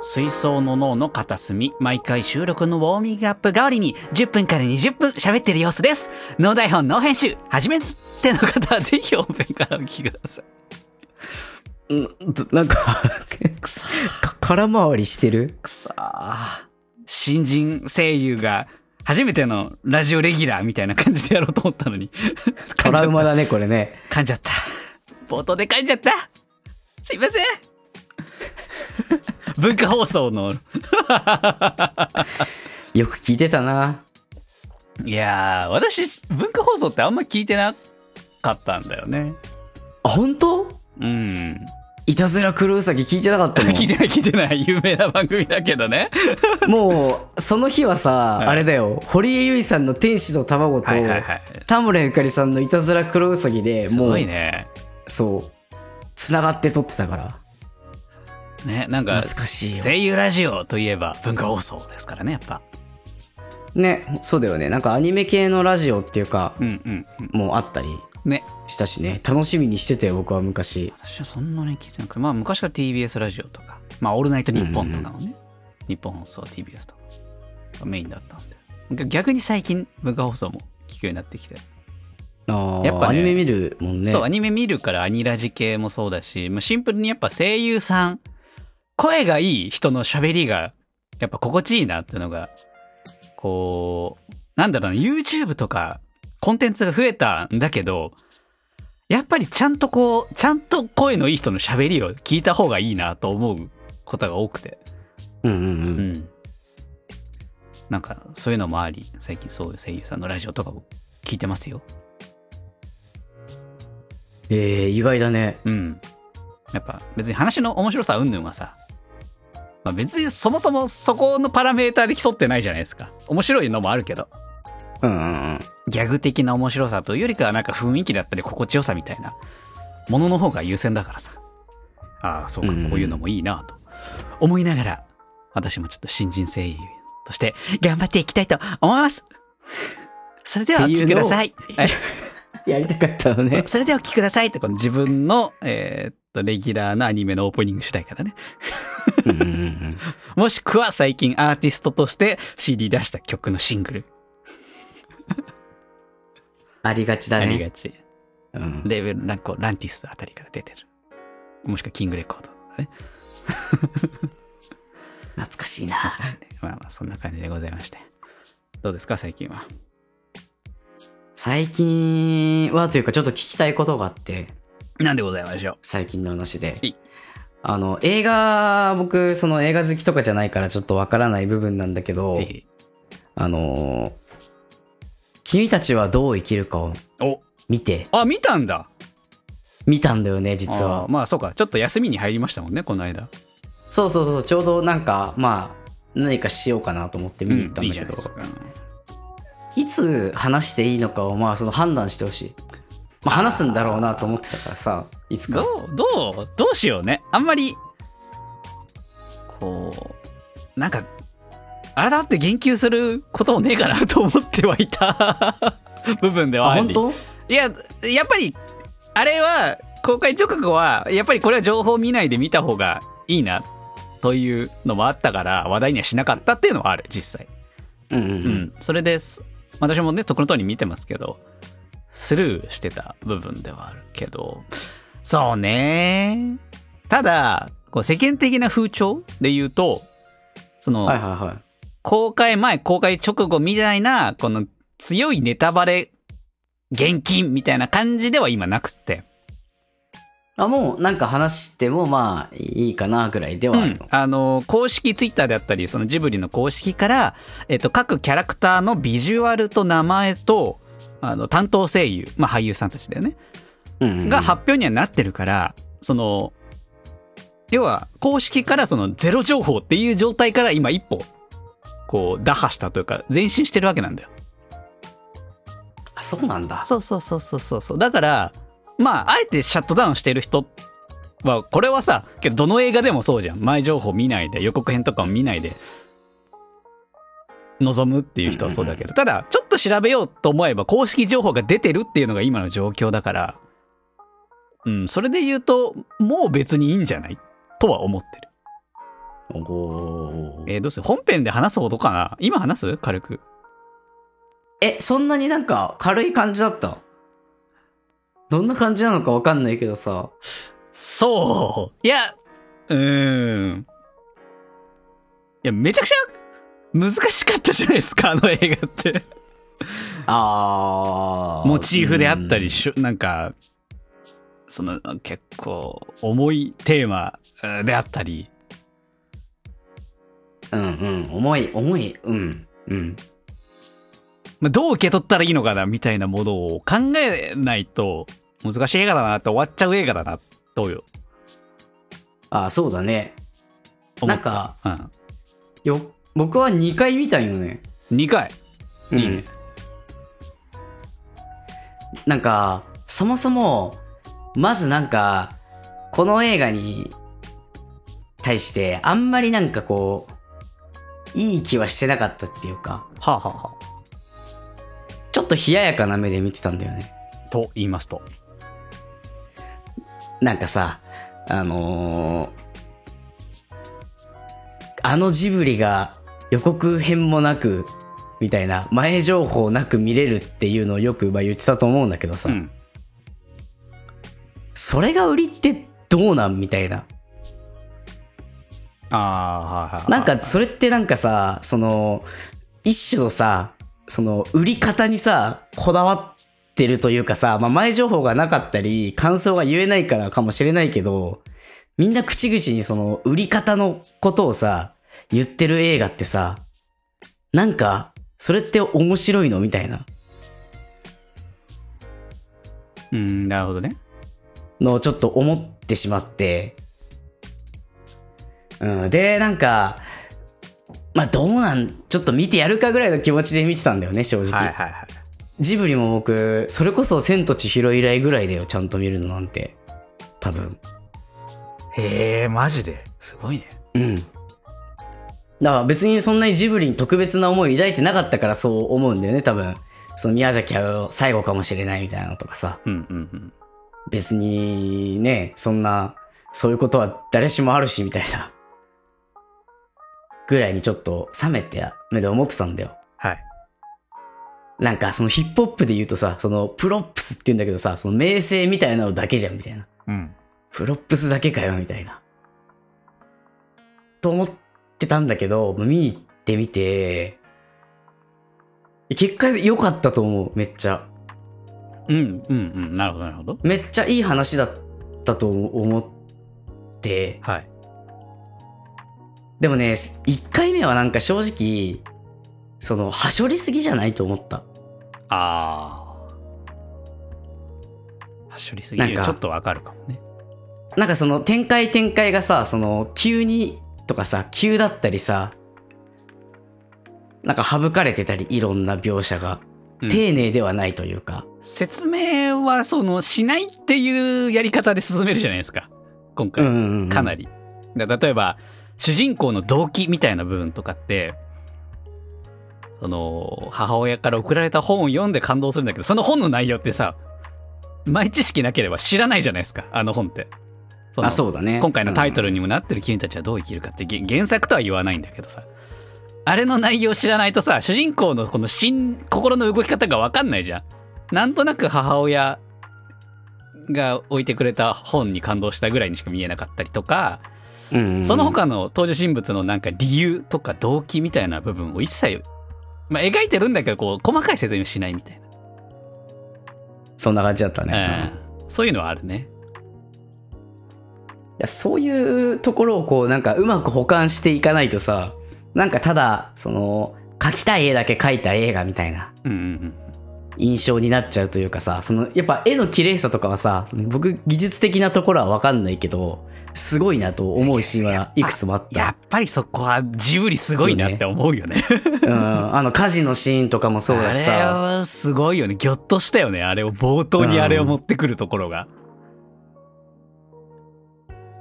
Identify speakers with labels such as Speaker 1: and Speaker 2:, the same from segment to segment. Speaker 1: 水槽の脳の片隅、毎回収録のウォーミングアップ代わりに10分から20分喋ってる様子です。脳台本、脳編集、初めての方はぜひ本編からお聞きください。
Speaker 2: ん なんか
Speaker 1: くそ
Speaker 2: か空回りしてる
Speaker 1: くそー新人声優が初めてのラジオレギュラーみたいな感じでやろうと思ったのに。
Speaker 2: トラウマだね、これね。
Speaker 1: 噛んじゃった。冒頭で噛んじゃった。すいません。 文化放送の、
Speaker 2: よく聞いてたな。
Speaker 1: いやー、私、文化放送ってあんま聞いてなかったんだよね。
Speaker 2: あ、本当
Speaker 1: うん。
Speaker 2: いたずら狂う先聞いてなかったの
Speaker 1: 聞いてない聞いてない。有名な番組だけどね。
Speaker 2: もう、その日はさ、
Speaker 1: はい
Speaker 2: あれだよ、堀江由衣さんの天使の卵と、
Speaker 1: はいはいはい。
Speaker 2: 田村ゆかりさんのいたずら黒うさぎですもう、
Speaker 1: ごいね。
Speaker 2: そう、つながって撮ってたから。
Speaker 1: ね、なんか、
Speaker 2: 懐かしいよ。
Speaker 1: 声優ラジオといえば文化放送ですからね、やっぱ。
Speaker 2: ね、そうだよね。なんかアニメ系のラジオっていうか、
Speaker 1: うんうんうん。
Speaker 2: もうあったり
Speaker 1: ね。
Speaker 2: したしね、楽しみにしてたよ、僕は昔。
Speaker 1: 私はそんなに聞いてなくて、まあ昔から TBS ラジオとか、まあオールナイトニッポンとかもね、日本放送 TBS とかメインだったんで。逆に最近文化放送も聞くようになってきて。
Speaker 2: ああ、
Speaker 1: やっぱね
Speaker 2: アニメ見るもんね。
Speaker 1: そう、アニメ見るからアニラジ系もそうだし、まあ、シンプルにやっぱ声優さん、声がいい人の喋りが、やっぱ心地いいなっていうのが、こう、なんだろうな、YouTube とか、コンテンツが増えたんだけど、やっぱりちゃんとこう、ちゃんと声のいい人の喋りを聞いた方がいいなと思うことが多くて。
Speaker 2: うんうん
Speaker 1: う
Speaker 2: う。
Speaker 1: んん。なんか、そういうのもあり、最近そういう声優さんのラジオとかも聞いてますよ。
Speaker 2: ええ意外だね。
Speaker 1: うん。やっぱ別に話の面白さうんぬんはさ、まあ、別にそもそもそこのパラメーターで競ってないじゃないですか。面白いのもあるけど。
Speaker 2: うんうんうん。
Speaker 1: ギャグ的な面白さというよりかはなんか雰囲気だったり心地よさみたいなものの方が優先だからさ。ああ、そうか、
Speaker 2: うんうん
Speaker 1: こういうのもいいなと思いながら、私もちょっと新人声優として頑張っていきたいと思い ます。それではお聞きくださ い。はい
Speaker 2: やりたかったのね。
Speaker 1: それではお聞きくださいって、この自分の、えーっと、レギュラーなアニメのオープニング主題歌だね。
Speaker 2: うんうんうん
Speaker 1: もしくは最近アーティストとして CD 出した曲のシングル。
Speaker 2: ありがちだ
Speaker 1: あり
Speaker 2: ね。
Speaker 1: がち。
Speaker 2: うん
Speaker 1: レーベル、なんかランティスあたりから出てる。もしくはキングレコードだね。
Speaker 2: 懐かしいな。
Speaker 1: まあまあ、そんな感じでございまして。どうですか、最近は。
Speaker 2: 最近はというかちょっと聞きたいことがあって、
Speaker 1: なんでございましょ
Speaker 2: 最近の話で
Speaker 1: はい。
Speaker 2: あの、映画、僕、その映画好きとかじゃないからちょっとわからない部分なんだけ
Speaker 1: う。
Speaker 2: ど
Speaker 1: え、い
Speaker 2: あのー、君たちはどう生きるかを
Speaker 1: お、
Speaker 2: 見て、
Speaker 1: あ、見たんだ
Speaker 2: 見たんだよね、実
Speaker 1: あー
Speaker 2: は。
Speaker 1: まあ、そうか。ちょっと休みに入りましたもんね、この間。
Speaker 2: そうそうそう、ちょうどなんか、まあ、何かしようかなと思って見に行ったんだけ
Speaker 1: ういい
Speaker 2: ど、
Speaker 1: じゃないですか
Speaker 2: いつ話していいのかを、まあ、その判断してほしい。まあ、話すんだろうなと思ってたからさ、いつか。
Speaker 1: どう、どう、どうしようね。あんまり、こう、なんか、改まって言及することもねえかなと思ってはいた 部分では
Speaker 2: あ、
Speaker 1: あり
Speaker 2: 本当
Speaker 1: いや、やっぱり、あれは、公開直後は、やっぱりこれは情報見ないで見た方がいいな、というのもあったから、話題にはしなかったっていうのはある、実際。
Speaker 2: うんうん
Speaker 1: う
Speaker 2: うん。
Speaker 1: ん、それです。私もね、とこの通り見てますけど、スルーしてた部分ではあるけど、そうね。ただ、こう世間的な風潮で言うと、その、
Speaker 2: はいはいはい。
Speaker 1: 公開前、公開直後みたいな、この強いネタバレ、現金みたいな感じでは今なくって。
Speaker 2: あ、もうなんか話してもまあいいかなぐらいではあるの。
Speaker 1: あの、公式ツイッターであったり、そのジブリの公式から、えっと、各キャラクターのビジュアルと名前と、あの、担当声優、まあ俳優さんたちだよね。
Speaker 2: うんうんうん
Speaker 1: が発表にはなってるから、その、要は、公式からそのゼロ情報っていう状態から今一歩、こう、打破したというか、前進してるわけなんだよ。
Speaker 2: あ、そうなんだ。
Speaker 1: そうそうそうそうそうそう。だから、まあ、あえてシャットダウンしてる人は、これはさ、けどどの映画でもそうじゃん。前情報見ないで、予告編とかも見ないで、望むっていう人はそうだけど。ただ、ちょっと調べようと思えば、公式情報が出てるっていうのが今の状況だから、うん、それで言うと、もう別にいいんじゃないとは思ってる。
Speaker 2: おお
Speaker 1: えーどうする本編で話すことかな今話す軽く。
Speaker 2: え、そんなになんか軽い感じだったどんな感じなのかわかんないけどさ。
Speaker 1: そう。いや、うーん。いや、めちゃくちゃ難しかったじゃないですか、あの映画って。
Speaker 2: あー
Speaker 1: モチーフであったり、
Speaker 2: し
Speaker 1: しゅなんか、その結構重いテーマうんであったり。
Speaker 2: うんうん。重い、重い。うん。うん。
Speaker 1: まあ、どう受け取ったらいいのかなみたいなものを考えないと難しい映画だなって終わっちゃう映画だなとよ
Speaker 2: あーそうだね。
Speaker 1: 思
Speaker 2: な
Speaker 1: っ
Speaker 2: んか、
Speaker 1: た。うん。
Speaker 2: よ、僕は2回見たんよね。
Speaker 1: 2回。いいね
Speaker 2: なんか、そもそも、まずなんか、この映画に対して、あんまりなんかこう、いい気はしてなかったっていうか、
Speaker 1: はあ、はあは
Speaker 2: ちょっと冷ややかな目で見てたんだよね。
Speaker 1: あ、と言いますと。
Speaker 2: なんかさ、あのーあのジブリが予告編もなく、みたいな、前情報なく見れるっていうのをよくまあ言ってたと思うんだけどさ、
Speaker 1: うん。
Speaker 2: それが売りってどうなんみたいな。
Speaker 1: ああ、はいはい。
Speaker 2: なんか、それってなんかさ、その、一種のさ、その、売り方にさ、こだわってるというかさ、まあ、前情報がなかったり、感想が言えないからかもしれないけど、みんな口々にその、売り方のことをさ、言ってる映画ってさ、なんか、それって面白いのみたいな
Speaker 1: うん、なるほどね。
Speaker 2: のをちょっと思ってしまって、うん、で、なんか、まあ、どうなん、ちょっと見てやるかぐらいの気持ちで見てたんだよね、正直。
Speaker 1: はいはいはい。
Speaker 2: ジブリも僕、それこそ千と千尋以来ぐらいだよ、ちゃんと見るのなんて。多分。
Speaker 1: へえ、マジで。すごいね。
Speaker 2: うん。だから別にそんなにジブリに特別な思い抱いてなかったからそう思うんだよね、多分。その宮崎駿最後かもしれないみたいなのとかさ。
Speaker 1: うんうんうん。
Speaker 2: 別にね、そんな、そういうことは誰しもあるし、みたいな。ぐらいにちょっと冷めて目で思ってたんだよ。
Speaker 1: はい。
Speaker 2: なんかそのヒップホップで言うとさ、そのプロップスって言うんだけどさ、その名声みたいなのだけじゃん、みたいな。
Speaker 1: うん。
Speaker 2: プロップスだけかよ、みたいな。と思ってたんだけど、見に行ってみて、結果良かったと思う、めっちゃ。
Speaker 1: うんうんうん。なるほどなるほど。
Speaker 2: めっちゃいい話だったと思って、
Speaker 1: はい。
Speaker 2: でもね、1回目はなんか正直、その、はしょりすぎじゃないと思った。
Speaker 1: ああ。はしょりすぎ
Speaker 2: な
Speaker 1: る。
Speaker 2: んか
Speaker 1: ちょっとわかるかもね。
Speaker 2: なんかその展開展開がさ、その、急にとかさ、急だったりさ、なんか省かれてたり、いろんな描写が。
Speaker 1: うん
Speaker 2: 丁寧ではないというか。
Speaker 1: 説明は、その、しないっていうやり方で進めるじゃないですか。今回。かな
Speaker 2: り。
Speaker 1: り。だ例えば、主人公の動機みたいな部分とかって、その、母親から送られた本を読んで感動するんだけど、その本の内容ってさ、前知識なければ知らないじゃないですか、あの本って。その
Speaker 2: あ、そうだね。
Speaker 1: 今回のタイトル
Speaker 2: に。
Speaker 1: にもなってる君たちはどう生きるかって、げ原作とは言わないんだけどさ。あれの内容知らないとさ、主人公のこの心、心の動き方がわかんないじゃん。なんとなく母親が置いてくれた本に感動したぐらいにしか見えなかったりとか、
Speaker 2: うんうんうん
Speaker 1: その他の登場人物のなんか理由とか動機みたいな部分を一切、まあ、描いてるんだけど、こう、細かい説明しないみたい
Speaker 2: そんな感じだった
Speaker 1: な。
Speaker 2: ね。
Speaker 1: うん。そういうのはあるね。
Speaker 2: いやそういうところをこう、なんかうまく保管していかないとさ、なんかただ、その、描きたい絵だけ描いた映画みたいな
Speaker 1: うんうんうん。
Speaker 2: 印象になっちゃうというかさ、その、やっぱ絵の綺麗さとかはさ、その僕技術的なところはわかんないけど、すごいなと思うシーンはいくつもあった。
Speaker 1: やっぱりそこはジブリすごいなって思うよね。
Speaker 2: うん。あの火事のシーンとかもそうだし
Speaker 1: あれ
Speaker 2: さ、
Speaker 1: はすごいよね。ぎょっとしたよね。あれを、冒頭にあれを持ってくるところが。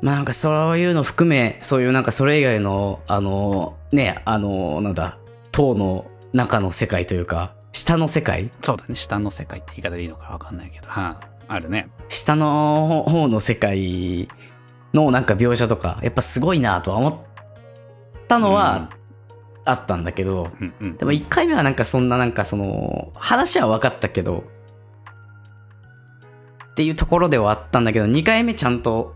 Speaker 2: まあなんかそういうの含め、そういうなんかそれ以外の、あの、ね、あの、なんだ、塔の中の世界というか、下の世界
Speaker 1: そうだね。下の世界って言い方でいいのかわかんないけど。はあ、あるね。
Speaker 2: 下の方の世界のなんか描写とか、やっぱすごいなとは思ったのはあったんだけど、
Speaker 1: うんうんうん
Speaker 2: でも1回目はなんかそんななんかその、話は分かったけど、っていうところではあったんだけど、2回目ちゃんと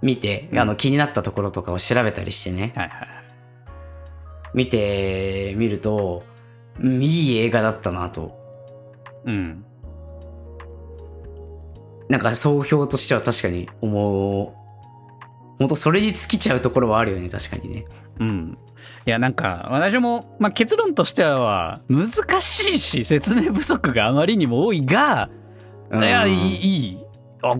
Speaker 2: 見て、
Speaker 1: うん
Speaker 2: あの気になったところとかを調べたりしてね、
Speaker 1: はいはいはい。
Speaker 2: 見てみると、うんいい映画だったなと。
Speaker 1: うん。
Speaker 2: なんか総評としては確かに思う。本当それに尽きちゃうところはあるよね、確かにね。
Speaker 1: うん。いや、なんか、私も、まあ、結論としては、難しいし、説明不足があまりにも多いが、
Speaker 2: うん
Speaker 1: いや、いい、いい。あ、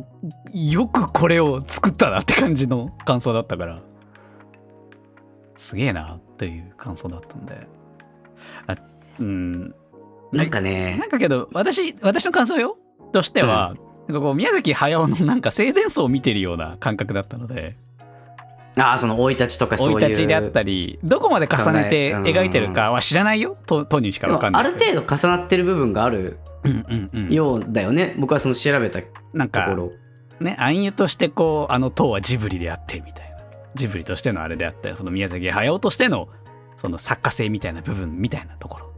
Speaker 1: よくこれを作ったなって感じの感想だったから、すげえなっていう感想だったんで。あ、うん。
Speaker 2: なんかね
Speaker 1: な、んかけど、私、私の感想よとしては、なんかこう、宮崎駿のなんか生前層を見てるような感覚だったので、
Speaker 2: ああ、その生い立ちとかそういう。
Speaker 1: 生い立ちであったり、どこまで重ねて描いてるかは知らないよ。とトニーしか
Speaker 2: で
Speaker 1: わ
Speaker 2: も
Speaker 1: かんない。
Speaker 2: ある程度重なってる部分がある
Speaker 1: 度。うんうんうん。
Speaker 2: ようだよね。僕はその調べたと
Speaker 1: なん
Speaker 2: こ
Speaker 1: か、
Speaker 2: ろ。
Speaker 1: ね、暗喩としてこう、あの塔はジブリであって、みたいな。ジブリとしてのあれであって、その宮崎駿としての、その作家性みたいな部分みたいなところ。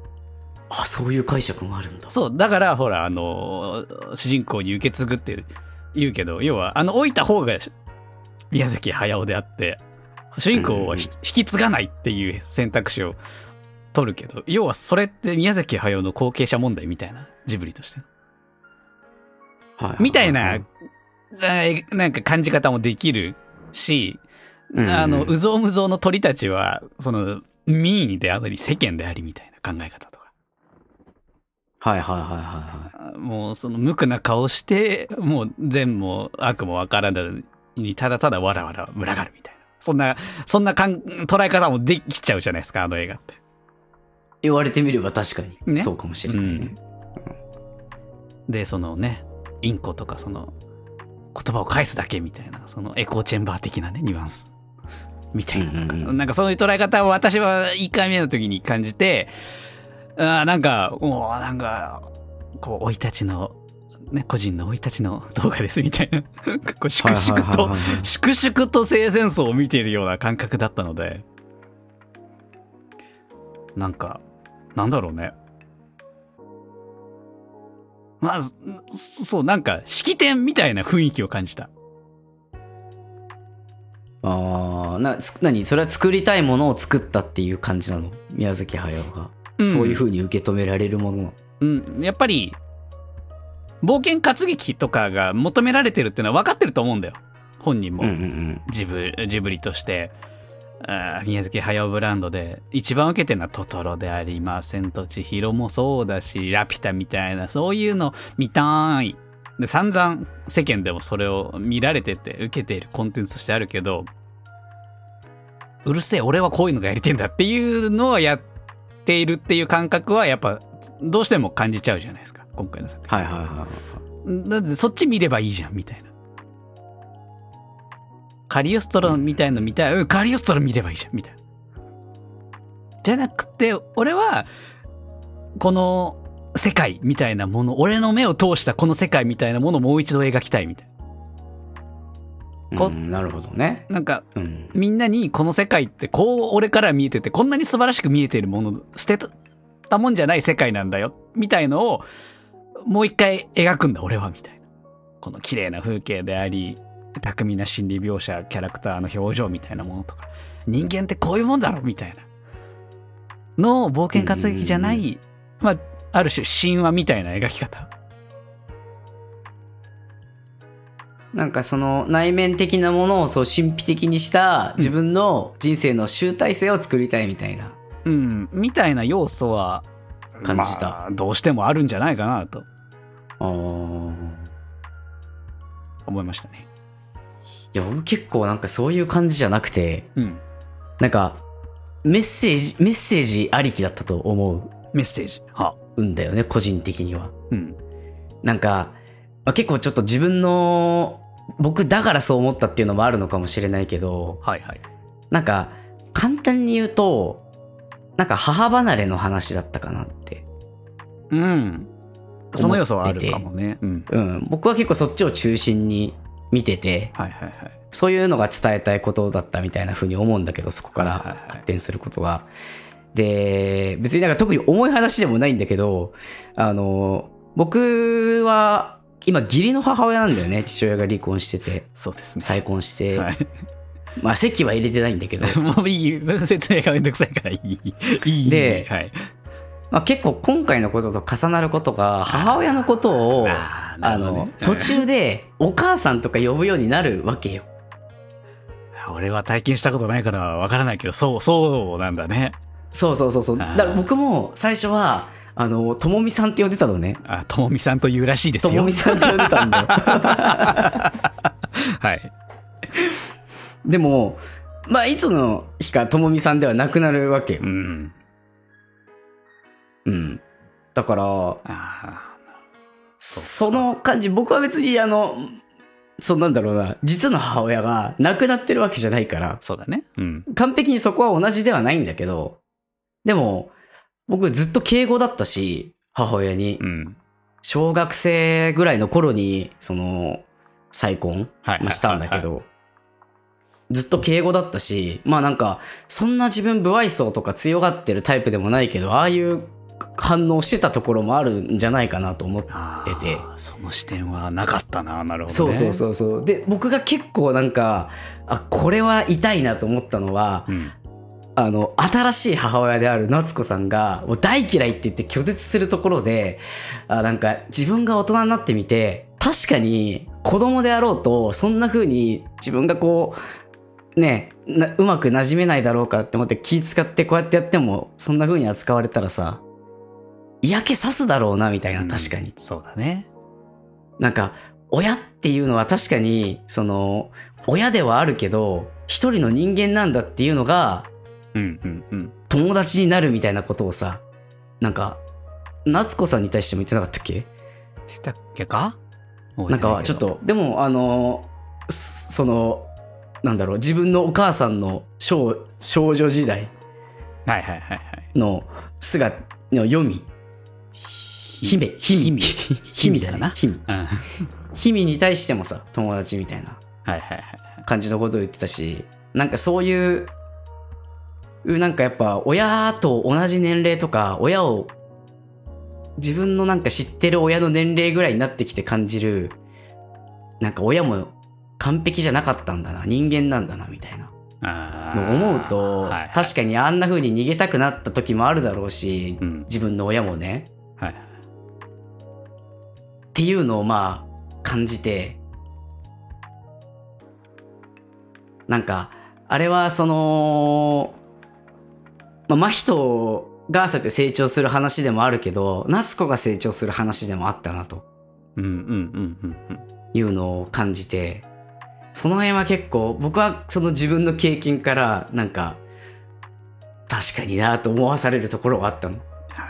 Speaker 2: あ、そういう解釈もあるんだ。
Speaker 1: そう、だから、ほら、あのー、主人公に受け継ぐって言うけど、要は、あの、置いた方がし宮崎駿であって、主人公はひ、引き継がないっていう選択肢を取るけど、要はそれって宮崎駿の後継者問題みたいな、ジブリとしての。
Speaker 2: は
Speaker 1: みたいな、あ
Speaker 2: うん
Speaker 1: ーなんか感じ方もできるし、
Speaker 2: うん
Speaker 1: あの、うぞうむぞうの鳥たちは、その、民意であり、世間でありみたいな考え方とか。
Speaker 2: はいはいはいは
Speaker 1: もうその無垢な顔して、もう善も悪もわからぬにただただわらわら群がるみたいな。そんな、そんなかん捉え方もできちゃうじゃないですか、あの映画って。
Speaker 2: い。言われてみれば確かに、
Speaker 1: ね
Speaker 2: そうかもしれないね、
Speaker 1: で、そのね、インコとかその、言葉を返すだけみたいな、そのエコーチェンバー的なね、ニュアンス。みたいなのが、
Speaker 2: うんうんうん
Speaker 1: なんかそういう捉え方を私は1回目の時に感じて、あーなんか、もうなんか、こう、生い立ちの、ね、個人の生い立ちの動画ですみたいな、こ う、粛々と
Speaker 2: はいはいはいはいはい
Speaker 1: 粛々と生前層を見ているような感覚だったので、なんか、なんだろうね。まあ、そそう、なんか、式典みたいな雰囲気を感じた。
Speaker 2: ああ、な、つ何それは作りたいものを作ったっていう感じなの宮崎駿が、
Speaker 1: ん
Speaker 2: そういう風に受け止められるもの。
Speaker 1: うん、やっぱり、冒険活劇とかが求められてるっていうのは分かってると思うんだよ。本人も。
Speaker 2: うんうんうん。
Speaker 1: ジブジブリとして、あー宮崎駿ブランドで、一番受けてるのはトトロでありませんと、千尋もそうだし、ラピュタみたいな、そういうの見たい。で、散々世間でもそれを見られてて、受けているコンテンツとしてあるけど、うるせえ、俺はこういうのがやりてんだっていうのをやっているっていう感覚は、やっぱ、どうしても感じちゃうじゃないですか、今回の作品。
Speaker 2: はいはいはいはい。
Speaker 1: だってそっち見ればいいじゃん、みたいな。カリオストロみたいの見たい。うん、カリオストロ見ればいいじゃん、みたいな。じゃなくて、俺は、この世界みたいなもの、俺の目を通したこの世界みたいなものをもう一度描きたいみたいこ
Speaker 2: うんなるほどね。
Speaker 1: な。なんか、
Speaker 2: うん。
Speaker 1: みんなにこの世界ってこう俺から見えてて、こんなに素晴らしく見えてるもの、捨てたもんじゃない世界なんだよ、みたいのを、もう一回描くんだ、俺は、みたいな。この綺麗な風景であり、巧みな心理描写、キャラクターの表情みたいなものとか、人間ってこういうもんだろ、みたいな。の冒険活劇じゃな
Speaker 2: うん
Speaker 1: い、まあ、ある種神話みたいな描き方。
Speaker 2: なんかその内面的なものをそう神秘的にした自分の人生の集大成を作りたいみたいな。
Speaker 1: うん、みたいな要素は、
Speaker 2: 感じた
Speaker 1: まあどうしてもあるんじゃないかな、と
Speaker 2: あー
Speaker 1: 思いましたね。
Speaker 2: いや、僕結構なんかそういう感じじゃなくて、
Speaker 1: うん。
Speaker 2: なんか、メッセージ、メッセージありきだったと思
Speaker 1: メッセージ。は。
Speaker 2: うんだよね、個人的には。
Speaker 1: うん。
Speaker 2: なんか、まあ、結構ちょっと自分の、僕だからそう思ったっていうのもあるのかもしれないけど、
Speaker 1: はいはい。
Speaker 2: なんか、簡単に言うと、なんか母離れの話だったかなって。
Speaker 1: うん。その要素はあるかもね。うん。
Speaker 2: うん、僕は結構そっちを中心に見てて、
Speaker 1: はいはいはい。
Speaker 2: そういうのが伝えたいことだったみたいな風に思うんだけど、そこか
Speaker 1: はいはい
Speaker 2: ら
Speaker 1: はい
Speaker 2: 発展することが。で、別になんか特に重い話でもないんだけど、あの、僕は今義理の母親なんだよね。父親が離婚してて、
Speaker 1: そうですね。
Speaker 2: 再婚して。
Speaker 1: はい。
Speaker 2: まあ、席は入れてないんだけど、
Speaker 1: もういい。説明がめんどくさいからいい。いい。
Speaker 2: で
Speaker 1: はい。
Speaker 2: まあ、結構今回のことと重なることが、母親のことを、
Speaker 1: あーなる
Speaker 2: あ
Speaker 1: ほど
Speaker 2: の
Speaker 1: ね、
Speaker 2: 途中でお母さんとか呼ぶようになるわけよ。
Speaker 1: うん俺は体験したことないからわからないけど、そう、そうなんだね。
Speaker 2: そうそうそうそう。
Speaker 1: あー
Speaker 2: だから僕も最初は、あの、ともみさんって呼んでたのね。
Speaker 1: あ、ともみさんというらしいです
Speaker 2: と
Speaker 1: よ。
Speaker 2: もみさんって呼んでたんだよ。
Speaker 1: はい。
Speaker 2: でも、まあ、いつの日かともみさんではなくなるわけよ
Speaker 1: う。ん。
Speaker 2: うん。だから、
Speaker 1: あ
Speaker 2: その感じ、僕は別にあの、そうなんだろうな、実の母親が亡くなってるわけじゃないから
Speaker 1: ー、そうだね。うん。
Speaker 2: 完璧にそこは同じではないんだけど、でも、僕ずっと敬語だったし、母親に
Speaker 1: う。ん。
Speaker 2: 小学生ぐらいの頃に、その、再婚
Speaker 1: はい
Speaker 2: まあしたんだけど、ずっと敬語だったし、まあなんか、そんな自分不愛想とか強がってるタイプでもないけど、ああいう反応してたところもあるんじゃないかなと思って
Speaker 1: あ
Speaker 2: 出て
Speaker 1: ーその視点はなかったな。なるほどね。
Speaker 2: そうそう
Speaker 1: う。
Speaker 2: そうそう。で、僕が結構なんか、あ、これは痛いなと思ったのは、
Speaker 1: ん。
Speaker 2: あの、新しい母親である夏子さんが、もう大嫌いって言って拒絶するところで、あ、なんか自分が大人になってみて、確かに子供であろうと、そんな風に自分がこう、ね、なうまく馴染めないだろうからって思って気使ってこうやってやっても、そんな風に扱われたらさ、嫌気さすだろうな、みたいな、確か
Speaker 1: う
Speaker 2: に。
Speaker 1: んそうだね。
Speaker 2: なんか、親っていうのは確かに、その、親ではあるけど、一人の人間なんだっていうのが、
Speaker 1: うんうんうん。
Speaker 2: 友達になるみたいなことをさ、なんか、夏子さんに対しても言ってなかったっけ
Speaker 1: してたっけか
Speaker 2: なんか、ちょっ。と、でも、あの、そその、なんだろう、自分のお母さんの少少女時代
Speaker 1: 覚えてないけどはいはいはいはい。
Speaker 2: の姿の読み、姫、姫、姫だ
Speaker 1: か
Speaker 2: よ
Speaker 1: な
Speaker 2: な。姫。
Speaker 1: うん。はい
Speaker 2: 姫に対してもさ、友達みたいな。
Speaker 1: はいはい。
Speaker 2: 感じのことを言ってたし、なんかそういう、うなんかやっぱ親と同じ年齢とか、親を、自分のなんか知ってる親の年齢ぐらいになってきて感じる、なんか親も完璧じゃなかったんだな、人間なんだな、みたいな。
Speaker 1: あー
Speaker 2: のを思うと、
Speaker 1: はいはい、
Speaker 2: 確かにあんな風に逃げたくなった時もあるだろうし、
Speaker 1: うん。
Speaker 2: 自分の親もね、
Speaker 1: はい。
Speaker 2: っていうのをまあ感じてなんかあれはそのまあ真人がそうやって成長する話でもあるけど夏子が成長する話でもあったなと
Speaker 1: うんうんうんうんうん。
Speaker 2: いうのを感じてその辺は結構僕はその自分の経験からなんか確かになと思わされるところがあったの。
Speaker 1: は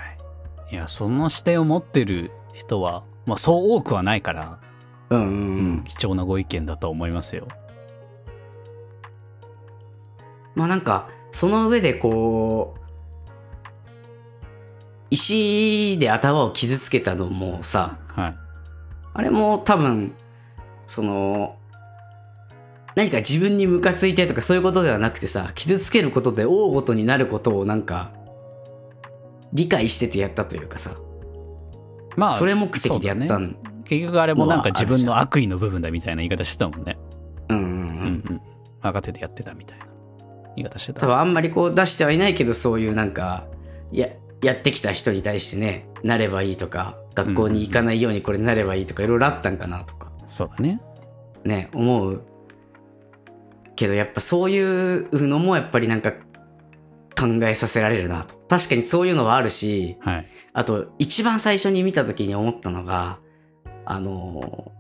Speaker 1: い。いや、その視点を持ってる人は、まあそう多くはないから、
Speaker 2: うんうんう
Speaker 1: うん貴重なご意見だと思いますよ。
Speaker 2: まあなんか、その上でこう、石で頭を傷つけたのもさ、
Speaker 1: はい。
Speaker 2: あれも多分、その、何か自分にムカついてとかそういうことではなくてさ、傷つけることで大ごとになることをなんか、理解しててやったというかさ、
Speaker 1: まあ、
Speaker 2: それ目的でやった
Speaker 1: そうだね
Speaker 2: ん。
Speaker 1: 結局あれもなんか自分の悪意の部分だみたいな言い方してたもんね。
Speaker 2: うんうん
Speaker 1: う
Speaker 2: うんん。
Speaker 1: うん。若手でやってたみたいな言い方してた。
Speaker 2: 多分あんまりこう出してはいないけどそういうなんかややってきた人に対してねなればいいとか学校に行かないようにこれなればいいとかいろいろあったんかなとか
Speaker 1: そうだね。
Speaker 2: ね思うけどやっぱそういうのもやっぱりなんか考えさせられるなと確かにそういうのはあるし
Speaker 1: はい。
Speaker 2: あと一番最初に見た時に思ったのがあの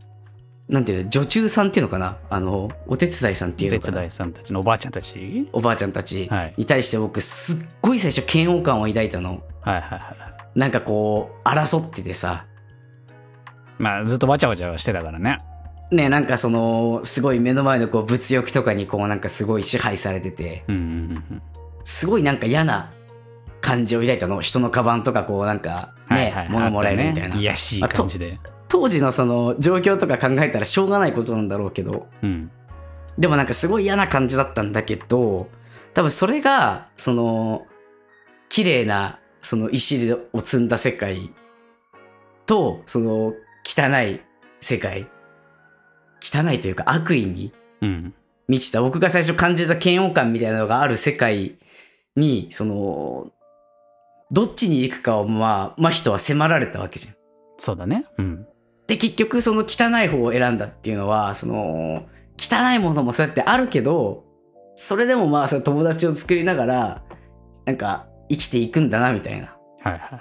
Speaker 2: なんていうの女中さんっていうのかなあのお手伝いさんって
Speaker 1: お
Speaker 2: いう
Speaker 1: 手
Speaker 2: のかな
Speaker 1: 伝いさんたちのおばあちゃんたち
Speaker 2: おばあちゃんたち
Speaker 1: はい
Speaker 2: に対して僕すっごい最初嫌悪感を抱いたの。
Speaker 1: はいはいはい。
Speaker 2: なんかこう争っててさ、
Speaker 1: まあずっとわちゃわちゃはしてたからね。
Speaker 2: ね、なんかそのすごい目の前のこう物欲とかにこうなんかすごい支配されてて、
Speaker 1: うんうんうん
Speaker 2: すごいなんか嫌な感じを抱いたの。人のカバンとかこうなんか
Speaker 1: うん。
Speaker 2: ね、物もらえるみたい
Speaker 1: あっ
Speaker 2: な。
Speaker 1: ね、癒しい感じで。
Speaker 2: 当時のその状況とか考えたらしょうがないことなんだろうけど、
Speaker 1: うん。
Speaker 2: でもなんかすごい嫌な感じだったんだけど、多分それが、その、綺麗な、その石を積んだ世界と、その、汚い世界。汚いというか悪意に
Speaker 1: うん。
Speaker 2: 満ちた、僕が最初感じた嫌悪感みたいなのがある世界に、その、どっちに行くかを、まあ、真人は迫られたわけじゃん。
Speaker 1: そうだね。うん。
Speaker 2: で、結局その汚い方を選んだっていうのは、その、汚いものもそうやってあるけど、それでもまあ、その友達を作りながら、なんか、生きていくんだな、みたいな。
Speaker 1: はいは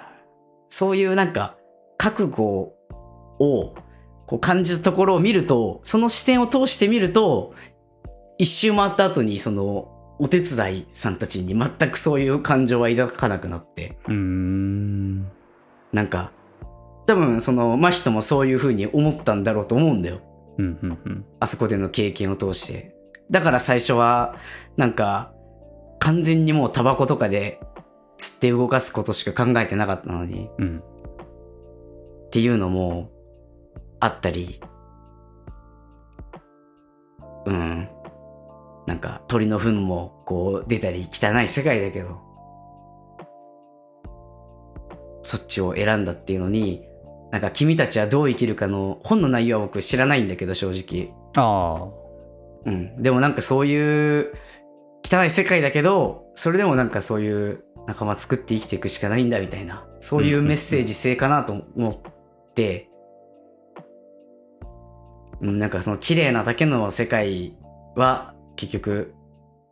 Speaker 2: そういうなんか、覚悟を、こう感じたところを見ると、その視点を通して見ると、一周回った後に、その、お手伝いさんたちに全くそういう感情は抱かなくなって、
Speaker 1: い。うーん。
Speaker 2: なんか、多分その、真人もそういう風に思ったんだろうと思うんだよ。
Speaker 1: うんうんうん。
Speaker 2: あそこでの経験を通して。だから最初は、なんか、完全にもうタバコとかで、釣って動かすことしか考えてなかったのに、
Speaker 1: うん。
Speaker 2: っていうのも、あったり、うん。なんか、鳥の糞も、こう、出たり、汚い世界だけど、そっちを選んだっていうのに、なんか、君たちはどう生きるかの、本の内容は僕知らないんだけど、正直。
Speaker 1: あ
Speaker 2: うん。でもなんかそういう汚い世界だけど、それでもなんかそういう仲間作って生きていくしかないんだみたいな、そういうメッセージ性かなと思って、うん、なんかその綺麗なだけの世界は結局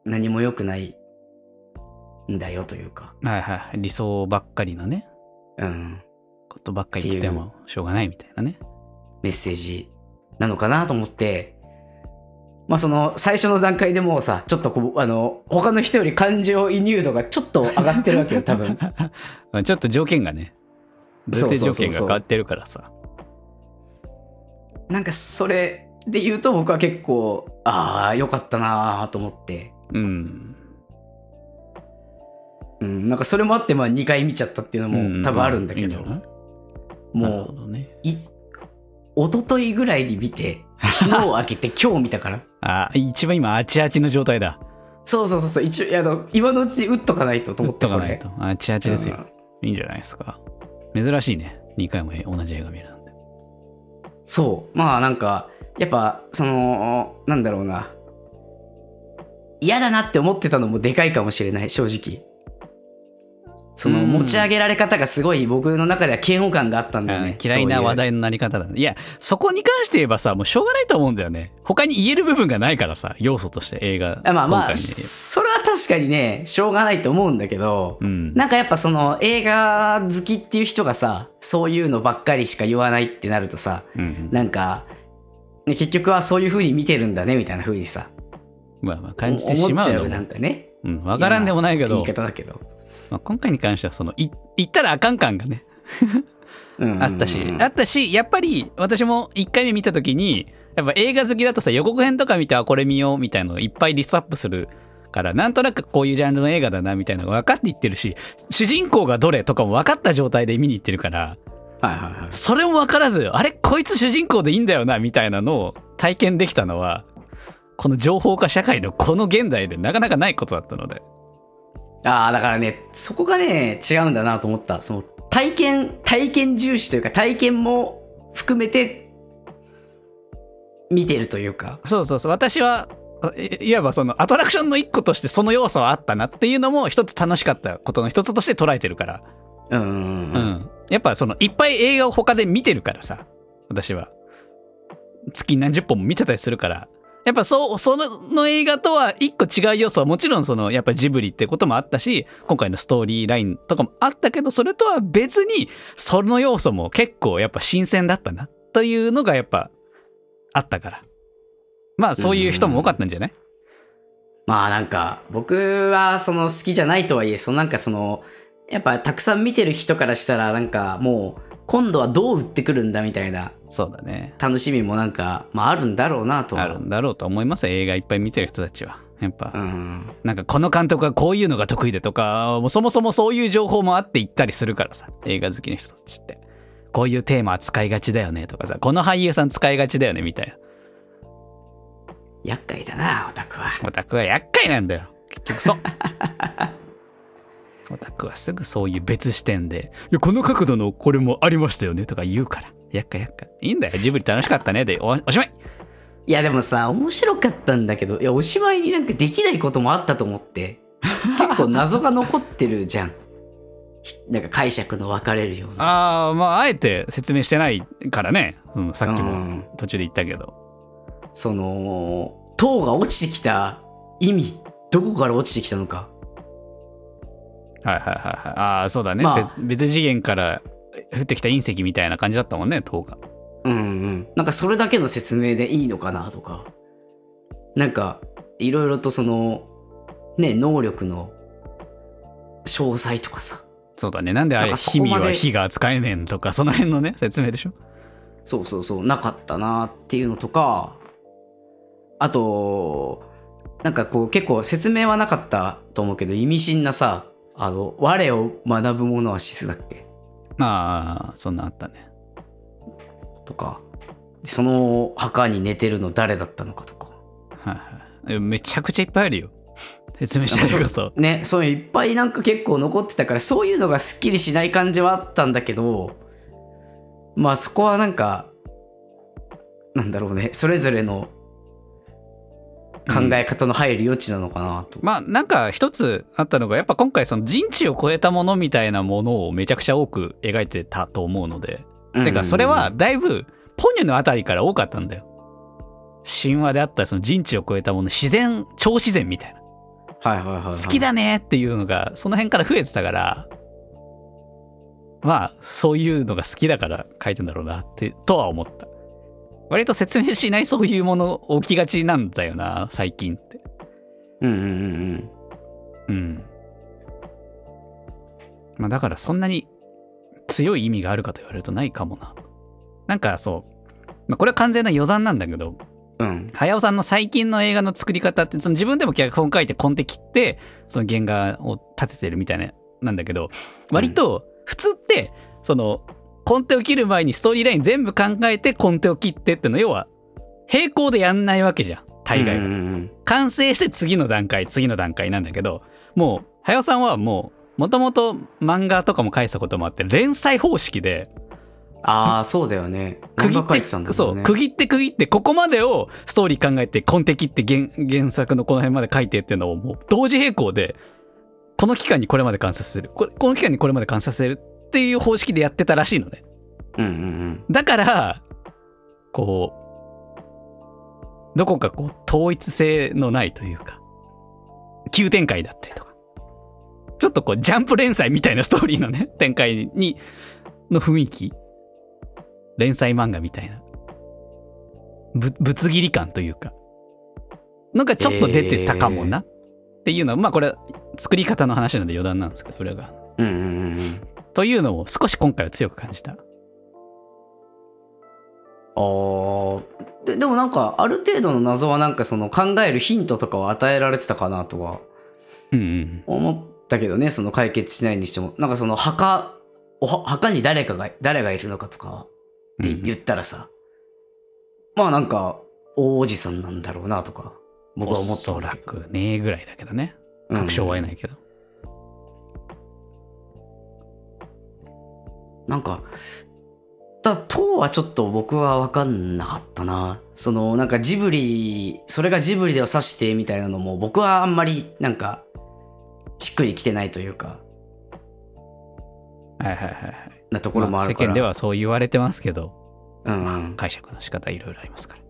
Speaker 2: 何も良くないんだよというか、
Speaker 1: あ。はいはい。理想ばっかりのね、
Speaker 2: うん、
Speaker 1: ことばっかり言ってもしょうがないみたいなね。
Speaker 2: メッセージなのかなと思って、まあその最初の段階でもうさ、ちょっとこう、あの、他の人より感情移入度がちょっと上がってる わけよ、多分。
Speaker 1: ちょっと条件がね、
Speaker 2: そ
Speaker 1: 前提
Speaker 2: うそ
Speaker 1: 条
Speaker 2: うそうそ
Speaker 1: 件
Speaker 2: う
Speaker 1: が変わってるからさ。
Speaker 2: なんかそれで言うと僕は結構、ああ、よかったなーと思って。
Speaker 1: うん。
Speaker 2: うん、なんかそれもあって、まあ2回見ちゃったっていうのも多分あるんだけ
Speaker 1: う
Speaker 2: ど、
Speaker 1: いいじゃないなる
Speaker 2: も
Speaker 1: ほ
Speaker 2: う、
Speaker 1: どね。
Speaker 2: い、一昨日ぐらいに見て、昨日開けて今日見た から。
Speaker 1: あ、一番今、あちあちの状態だ。
Speaker 2: そうそうそうそう、一応、あの、今のうちに打っとかないとと思って
Speaker 1: 打っとかないと。あちあちですよ。
Speaker 2: うん
Speaker 1: いいんじゃないですか。珍しいね。2回も同じ映画見るなんて。
Speaker 2: そう。まあなんか、やっぱ、その、なんだろうな。嫌だなって思ってたのもでかいかもしれない、正直。その、
Speaker 1: うん
Speaker 2: 持ち上げられ方がすごい僕の中では嫌悪感があったんだよね
Speaker 1: あ。嫌いな話題のなり方だね。いや、そこに関して言えばさ、もうしょうがないと思うんだよね。他に言える部分がないからさ、要素として映画。
Speaker 2: そういうあまあま
Speaker 1: 今
Speaker 2: あ、
Speaker 1: 回ね
Speaker 2: それは確かにね、しょうがないと思うんだけど、
Speaker 1: うん。
Speaker 2: なんかやっぱその映画好きっていう人がさ、そういうのばっかりしか言わないってなるとさ、
Speaker 1: うん
Speaker 2: なんか、ね結局はそういう風に見てるんだね、みたいな風にさ、
Speaker 1: まあまあ感じてしまう
Speaker 2: 思っちゃ
Speaker 1: の
Speaker 2: なん
Speaker 1: も。
Speaker 2: かね。
Speaker 1: うん。わからんでもないけ
Speaker 2: 言
Speaker 1: ど
Speaker 2: い、方だけど。
Speaker 1: まあ、今回に関しては、その、い言ったらあかん感がね、あったし、あったし、やっぱり私も1回目見た時に、やっぱ映画好きだとさ、予告編とか見て、あ、これ見ようみたいなのをいっぱいリストアップするから、なんとなくこういうジャンルの映画だなみたいなのが分かっていってるし、主人公がどれとかも分かった状態で見に行ってるから、
Speaker 2: はいはいはい。
Speaker 1: それも分からず、あれこいつ主人公でいいんだよなみたいなのを体験できたのは、この情報化社会のこの現代でなかなかないことだったので。
Speaker 2: ああ、だからね、そこがね、違うんだなと思った。その、体験、体験重視というか、体験も含めて、見てるというか。
Speaker 1: そうそうそう。私は、いいわばそのアトラクションの一個としてその要素はあったなっていうのも一つ楽しかったことの一つとして捉えてるから。
Speaker 2: うんうん
Speaker 1: う
Speaker 2: うん。
Speaker 1: ん。やっぱそのいっぱい映画を他で見てるからさ、私は。月何十本も見てたりするから。やっぱそう、そのの映画とは一個違う要素はもちろんその、やっぱジブリってこともあったし、今回のストーリーラインとかもあったけど、それとは別に、その要素も結構やっぱ新鮮だったな、というのがやっぱ、あったから。まあそういう人も多かったんじゃない
Speaker 2: まあなんか、僕は、その、好きじゃないとはいえ、そのなんかその、やっぱ、たくさん見てる人からしたら、なんか、もう、今度はどう売ってくるんだみたいな
Speaker 1: そうだね。
Speaker 2: 楽しみもなんか、まああるんだろうなとは
Speaker 1: あるんだろうと思いますよ映画いっぱい見てる人たちは。やっぱ。
Speaker 2: うん。
Speaker 1: なんかこの監督はこういうのが得意でとか、もうそもそもそういう情報もあって行ったりするからさ、映画好きの人たちって。こういうテーマ扱いがちだよねとかさ、この俳優さん使いがちだよねみたいな。
Speaker 2: 厄介だな、オタクは。
Speaker 1: オタクは厄介なんだよ。結局 そう。オタクはすぐそういう別視点で、いや、この角度のこれもありましたよねとか言うから。厄介厄介。いいんだよ。ジブリ楽しかったね。で、おおしまい
Speaker 2: いや、でもさ、面白かったんだけど、いや、おしまいになんかできないこともあったと思って、結構謎が残ってるじゃん。 ひなんか解釈の分かれるような。
Speaker 1: ああ、まあ、あえて説明してないからね。うん、さっき
Speaker 2: う
Speaker 1: も
Speaker 2: ん
Speaker 1: 途中で言ったけど。
Speaker 2: その、塔が落ちてきた意味、どこから落ちてきたのか。
Speaker 1: はいはいはいはい。ああ、そうだね、
Speaker 2: まあ
Speaker 1: 別。別次元から降ってきた隕石みたいな感じだったもんね、塔が。
Speaker 2: うんうん。なんかそれだけの説明でいいのかなとか。なんか、いろいろとその、ね、能力の詳細とかさ。
Speaker 1: そうだね。なんであ
Speaker 2: な
Speaker 1: れ、
Speaker 2: んかそこ
Speaker 1: 氷
Speaker 2: まで
Speaker 1: 見は火が使えねえんとか、その辺のね、説明でしょ。
Speaker 2: そうそうそう、なかったなっていうのとか、あと、なんかこう結構説明はなかったと思うけど、意味深なさ、あの、我を学ぶ者は死すだっけ
Speaker 1: まあ、そんなんあったね。
Speaker 2: とか、その墓に寝てるの誰だったのかとか。
Speaker 1: はいはい。えめちゃくちゃいっぱいあるよ。説明してるこそ。
Speaker 2: ね、そういういっぱいなんか結構残ってたから、そういうのがすっきりしない感じはあったんだけど、まあそこはなんか、なんだろうね、それぞれの考え方の入る余地なのかなと。
Speaker 1: まあ、なんか一つあったのが、やっぱ今回その人知を超えたものみたいなものをめちゃくちゃ多く描いてたと思うので。
Speaker 2: うん
Speaker 1: てか、それは、だいぶ、ポニョのあたりから多かったんだよ。神話であったその人知を超えたもの、自然、超自然みたいな。
Speaker 2: はいはいはいはい、
Speaker 1: 好きだねっていうのが、その辺から増えてたから、まあ、そういうのが好きだから書いてんだろうなって、とは思った。割と説明しないそういうもの起きがちなんだよな、最近って。
Speaker 2: うんうんうん
Speaker 1: うん。まあだからそんなに強い意味があるかと言われるとないかもな。なんかそう、まあこれは完全な余談なんだけど、
Speaker 2: うんうん
Speaker 1: 早尾さんの最近の映画の作り方って、その自分でも脚本書いてコンテ切って、その原画を立ててるみたいな、なんだけど、割と、普通って、その、コンテを切る前にストーリーライン全部考えてコンテを切ってっての、要は、並行でやんないわけじゃん、大概は。
Speaker 2: うんうん
Speaker 1: 完成して次の段階、次の段階なんだけど、もう、早尾さんはもう、もともと漫画とかも書いてたこともあって、連載方式で、
Speaker 2: ああそうだよね
Speaker 1: 区切
Speaker 2: 漫画
Speaker 1: っ
Speaker 2: 描
Speaker 1: て、
Speaker 2: いたんだもんね
Speaker 1: そう、区切って区切って、ここまでをストーリー考えて、コンテ切って原原作のこの辺まで書いてっていうのをもう同時並行で、この期間にこれまで観察する。これこの期間にこれまで観察するっていう方式でやってたらしいのね。
Speaker 2: うんうん
Speaker 1: だから、こう、どこかこう、統一性のないというか、急展開だったりとか、ちょっとこう、ジャンプ連載みたいなストーリーのね、 展開に、の雰囲気連載漫画みたいな、ぶ、ぶつ切り感というか、のがちょっと出てたかもな、っていうのは、まあこれ、作り方の話なんで余談なんですけど、裏側の
Speaker 2: うんうんうんうんうん
Speaker 1: というのを少し今回は強く感じた。
Speaker 2: あーででもなんかある程度の謎はなんかその考えるヒントとかを与えられてたかなとは
Speaker 1: うんうん。
Speaker 2: 思ったけどねその解決しないにしてもなんかその墓おは墓に誰かが誰がいるのかとかって言ったらさ、まあなんか大おじさんなんだろうなとか僕は思
Speaker 1: お
Speaker 2: った
Speaker 1: そらくねぐらいだけどね。確証は得ないけど。
Speaker 2: なんか、ただ、塔はちょっと僕は分かんなかったな。その、なんかジブリ、それがジブリでは指してみたいなのも、僕はあんまり、なんか、しっくりきてないというか、
Speaker 1: はいはいはいはい。
Speaker 2: なところもあるから。
Speaker 1: 世間ではそう言われてますけど、
Speaker 2: うんうん。
Speaker 1: 解釈の仕方いろいろありますから。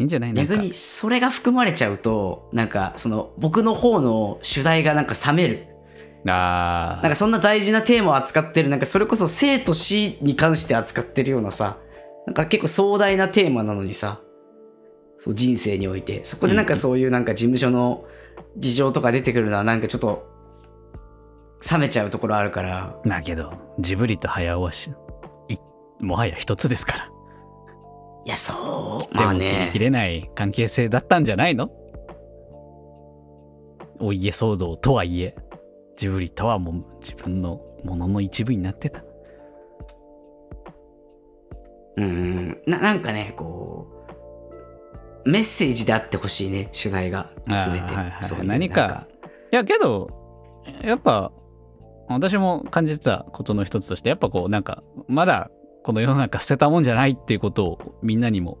Speaker 1: いいんじゃないなんか
Speaker 2: 逆に、それが含まれちゃうと、なんか、その、僕の方の主題がなんか冷める。
Speaker 1: あ
Speaker 2: なんかそんな大事なテーマを扱ってる、なんかそれこそ生と死に関して扱ってるようなさ、なんか結構壮大なテーマなのにさ、そう人生において、そこでなんかそういうなんか事務所の事情とか出てくるのはなんかちょっと冷めちゃうところあるから、
Speaker 1: ーだけど、ジブリと早尾はし、いもはや一つですから。
Speaker 2: いや、そう、
Speaker 1: で
Speaker 2: まあ
Speaker 1: も切り
Speaker 2: ね
Speaker 1: 切、れない関係性だったんじゃないのお家騒動とはいえ、ジブリとはもう自分のものの一部になってた。
Speaker 2: うんうん、ななんかね、こメッセージであってほしいね、主題が。すべ
Speaker 1: あー
Speaker 2: て
Speaker 1: はいは。い
Speaker 2: そういう
Speaker 1: 何か
Speaker 2: なん
Speaker 1: いやけど、やっぱ、私も感じてたことの一つとして、やっぱこうなんか、まだこの世の中捨てたもんじゃないっていうことをみんなにも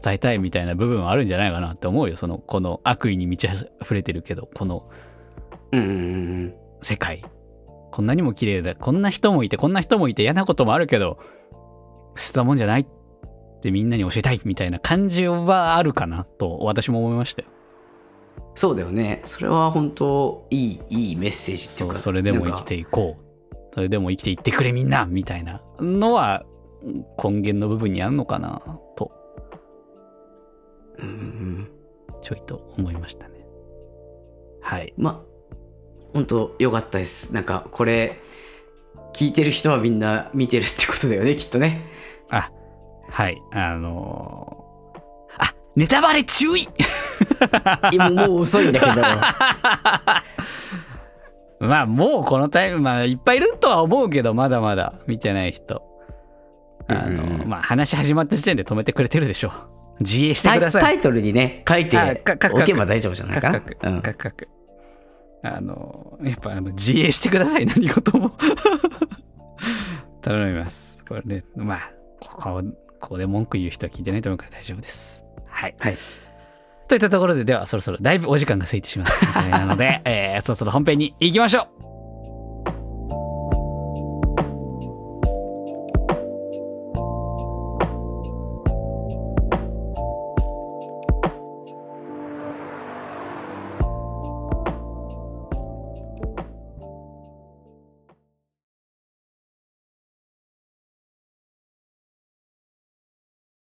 Speaker 1: 伝えたいみたいな部分はあるんじゃないかなって思うよ。その、この悪意に満ち溢れてるけど、この
Speaker 2: うんうんうんうん。
Speaker 1: 世界。こんなにも綺麗だ。こんな人もいて、こんな人もいて嫌なこともあるけど、捨てたもんじゃないってみんなに教えたいみたいな感じはあるかなと私も思いましたよ。
Speaker 2: そうだよね。それは本当、いい、いいメッセージってい
Speaker 1: そうう、
Speaker 2: か。
Speaker 1: それでも生きていこう。それでも生きていってくれみんなみたいなのは根源の部分にあるのかなと
Speaker 2: なんか。うんうんうん。
Speaker 1: ちょいと思いましたね。はい。
Speaker 2: ま、本当良かったです。なんか、これ、聞いてる人はみんな見てるってことだよね、きっとね。
Speaker 1: あ、はい。あのーあ、ネタバレ注意
Speaker 2: 今もう遅いんだけど。
Speaker 1: まあもうこのタイム、まあいっぱいいるとは思うけど、まだまだ見てない人。あの
Speaker 2: うんうん
Speaker 1: ー、
Speaker 2: うん
Speaker 1: まあ話始まった時点で止めてくれてるでしょう。自衛して
Speaker 2: タ
Speaker 1: くだ
Speaker 2: イ
Speaker 1: さい。
Speaker 2: タイトルにね、書いて
Speaker 1: あかかか
Speaker 2: おけば大丈夫じゃないか
Speaker 1: カ
Speaker 2: な。
Speaker 1: ク
Speaker 2: う
Speaker 1: カク
Speaker 2: ん
Speaker 1: カクカクあのやっぱあの自衛してください 何事も頼みますこれねまあここここで文句言う人は聞いてないと思うから大丈夫ですはい、
Speaker 2: はい
Speaker 1: といったところでではそろそろだいぶお時間が過ぎてしまったみたいなので、えーそろそろ本編に行きましょう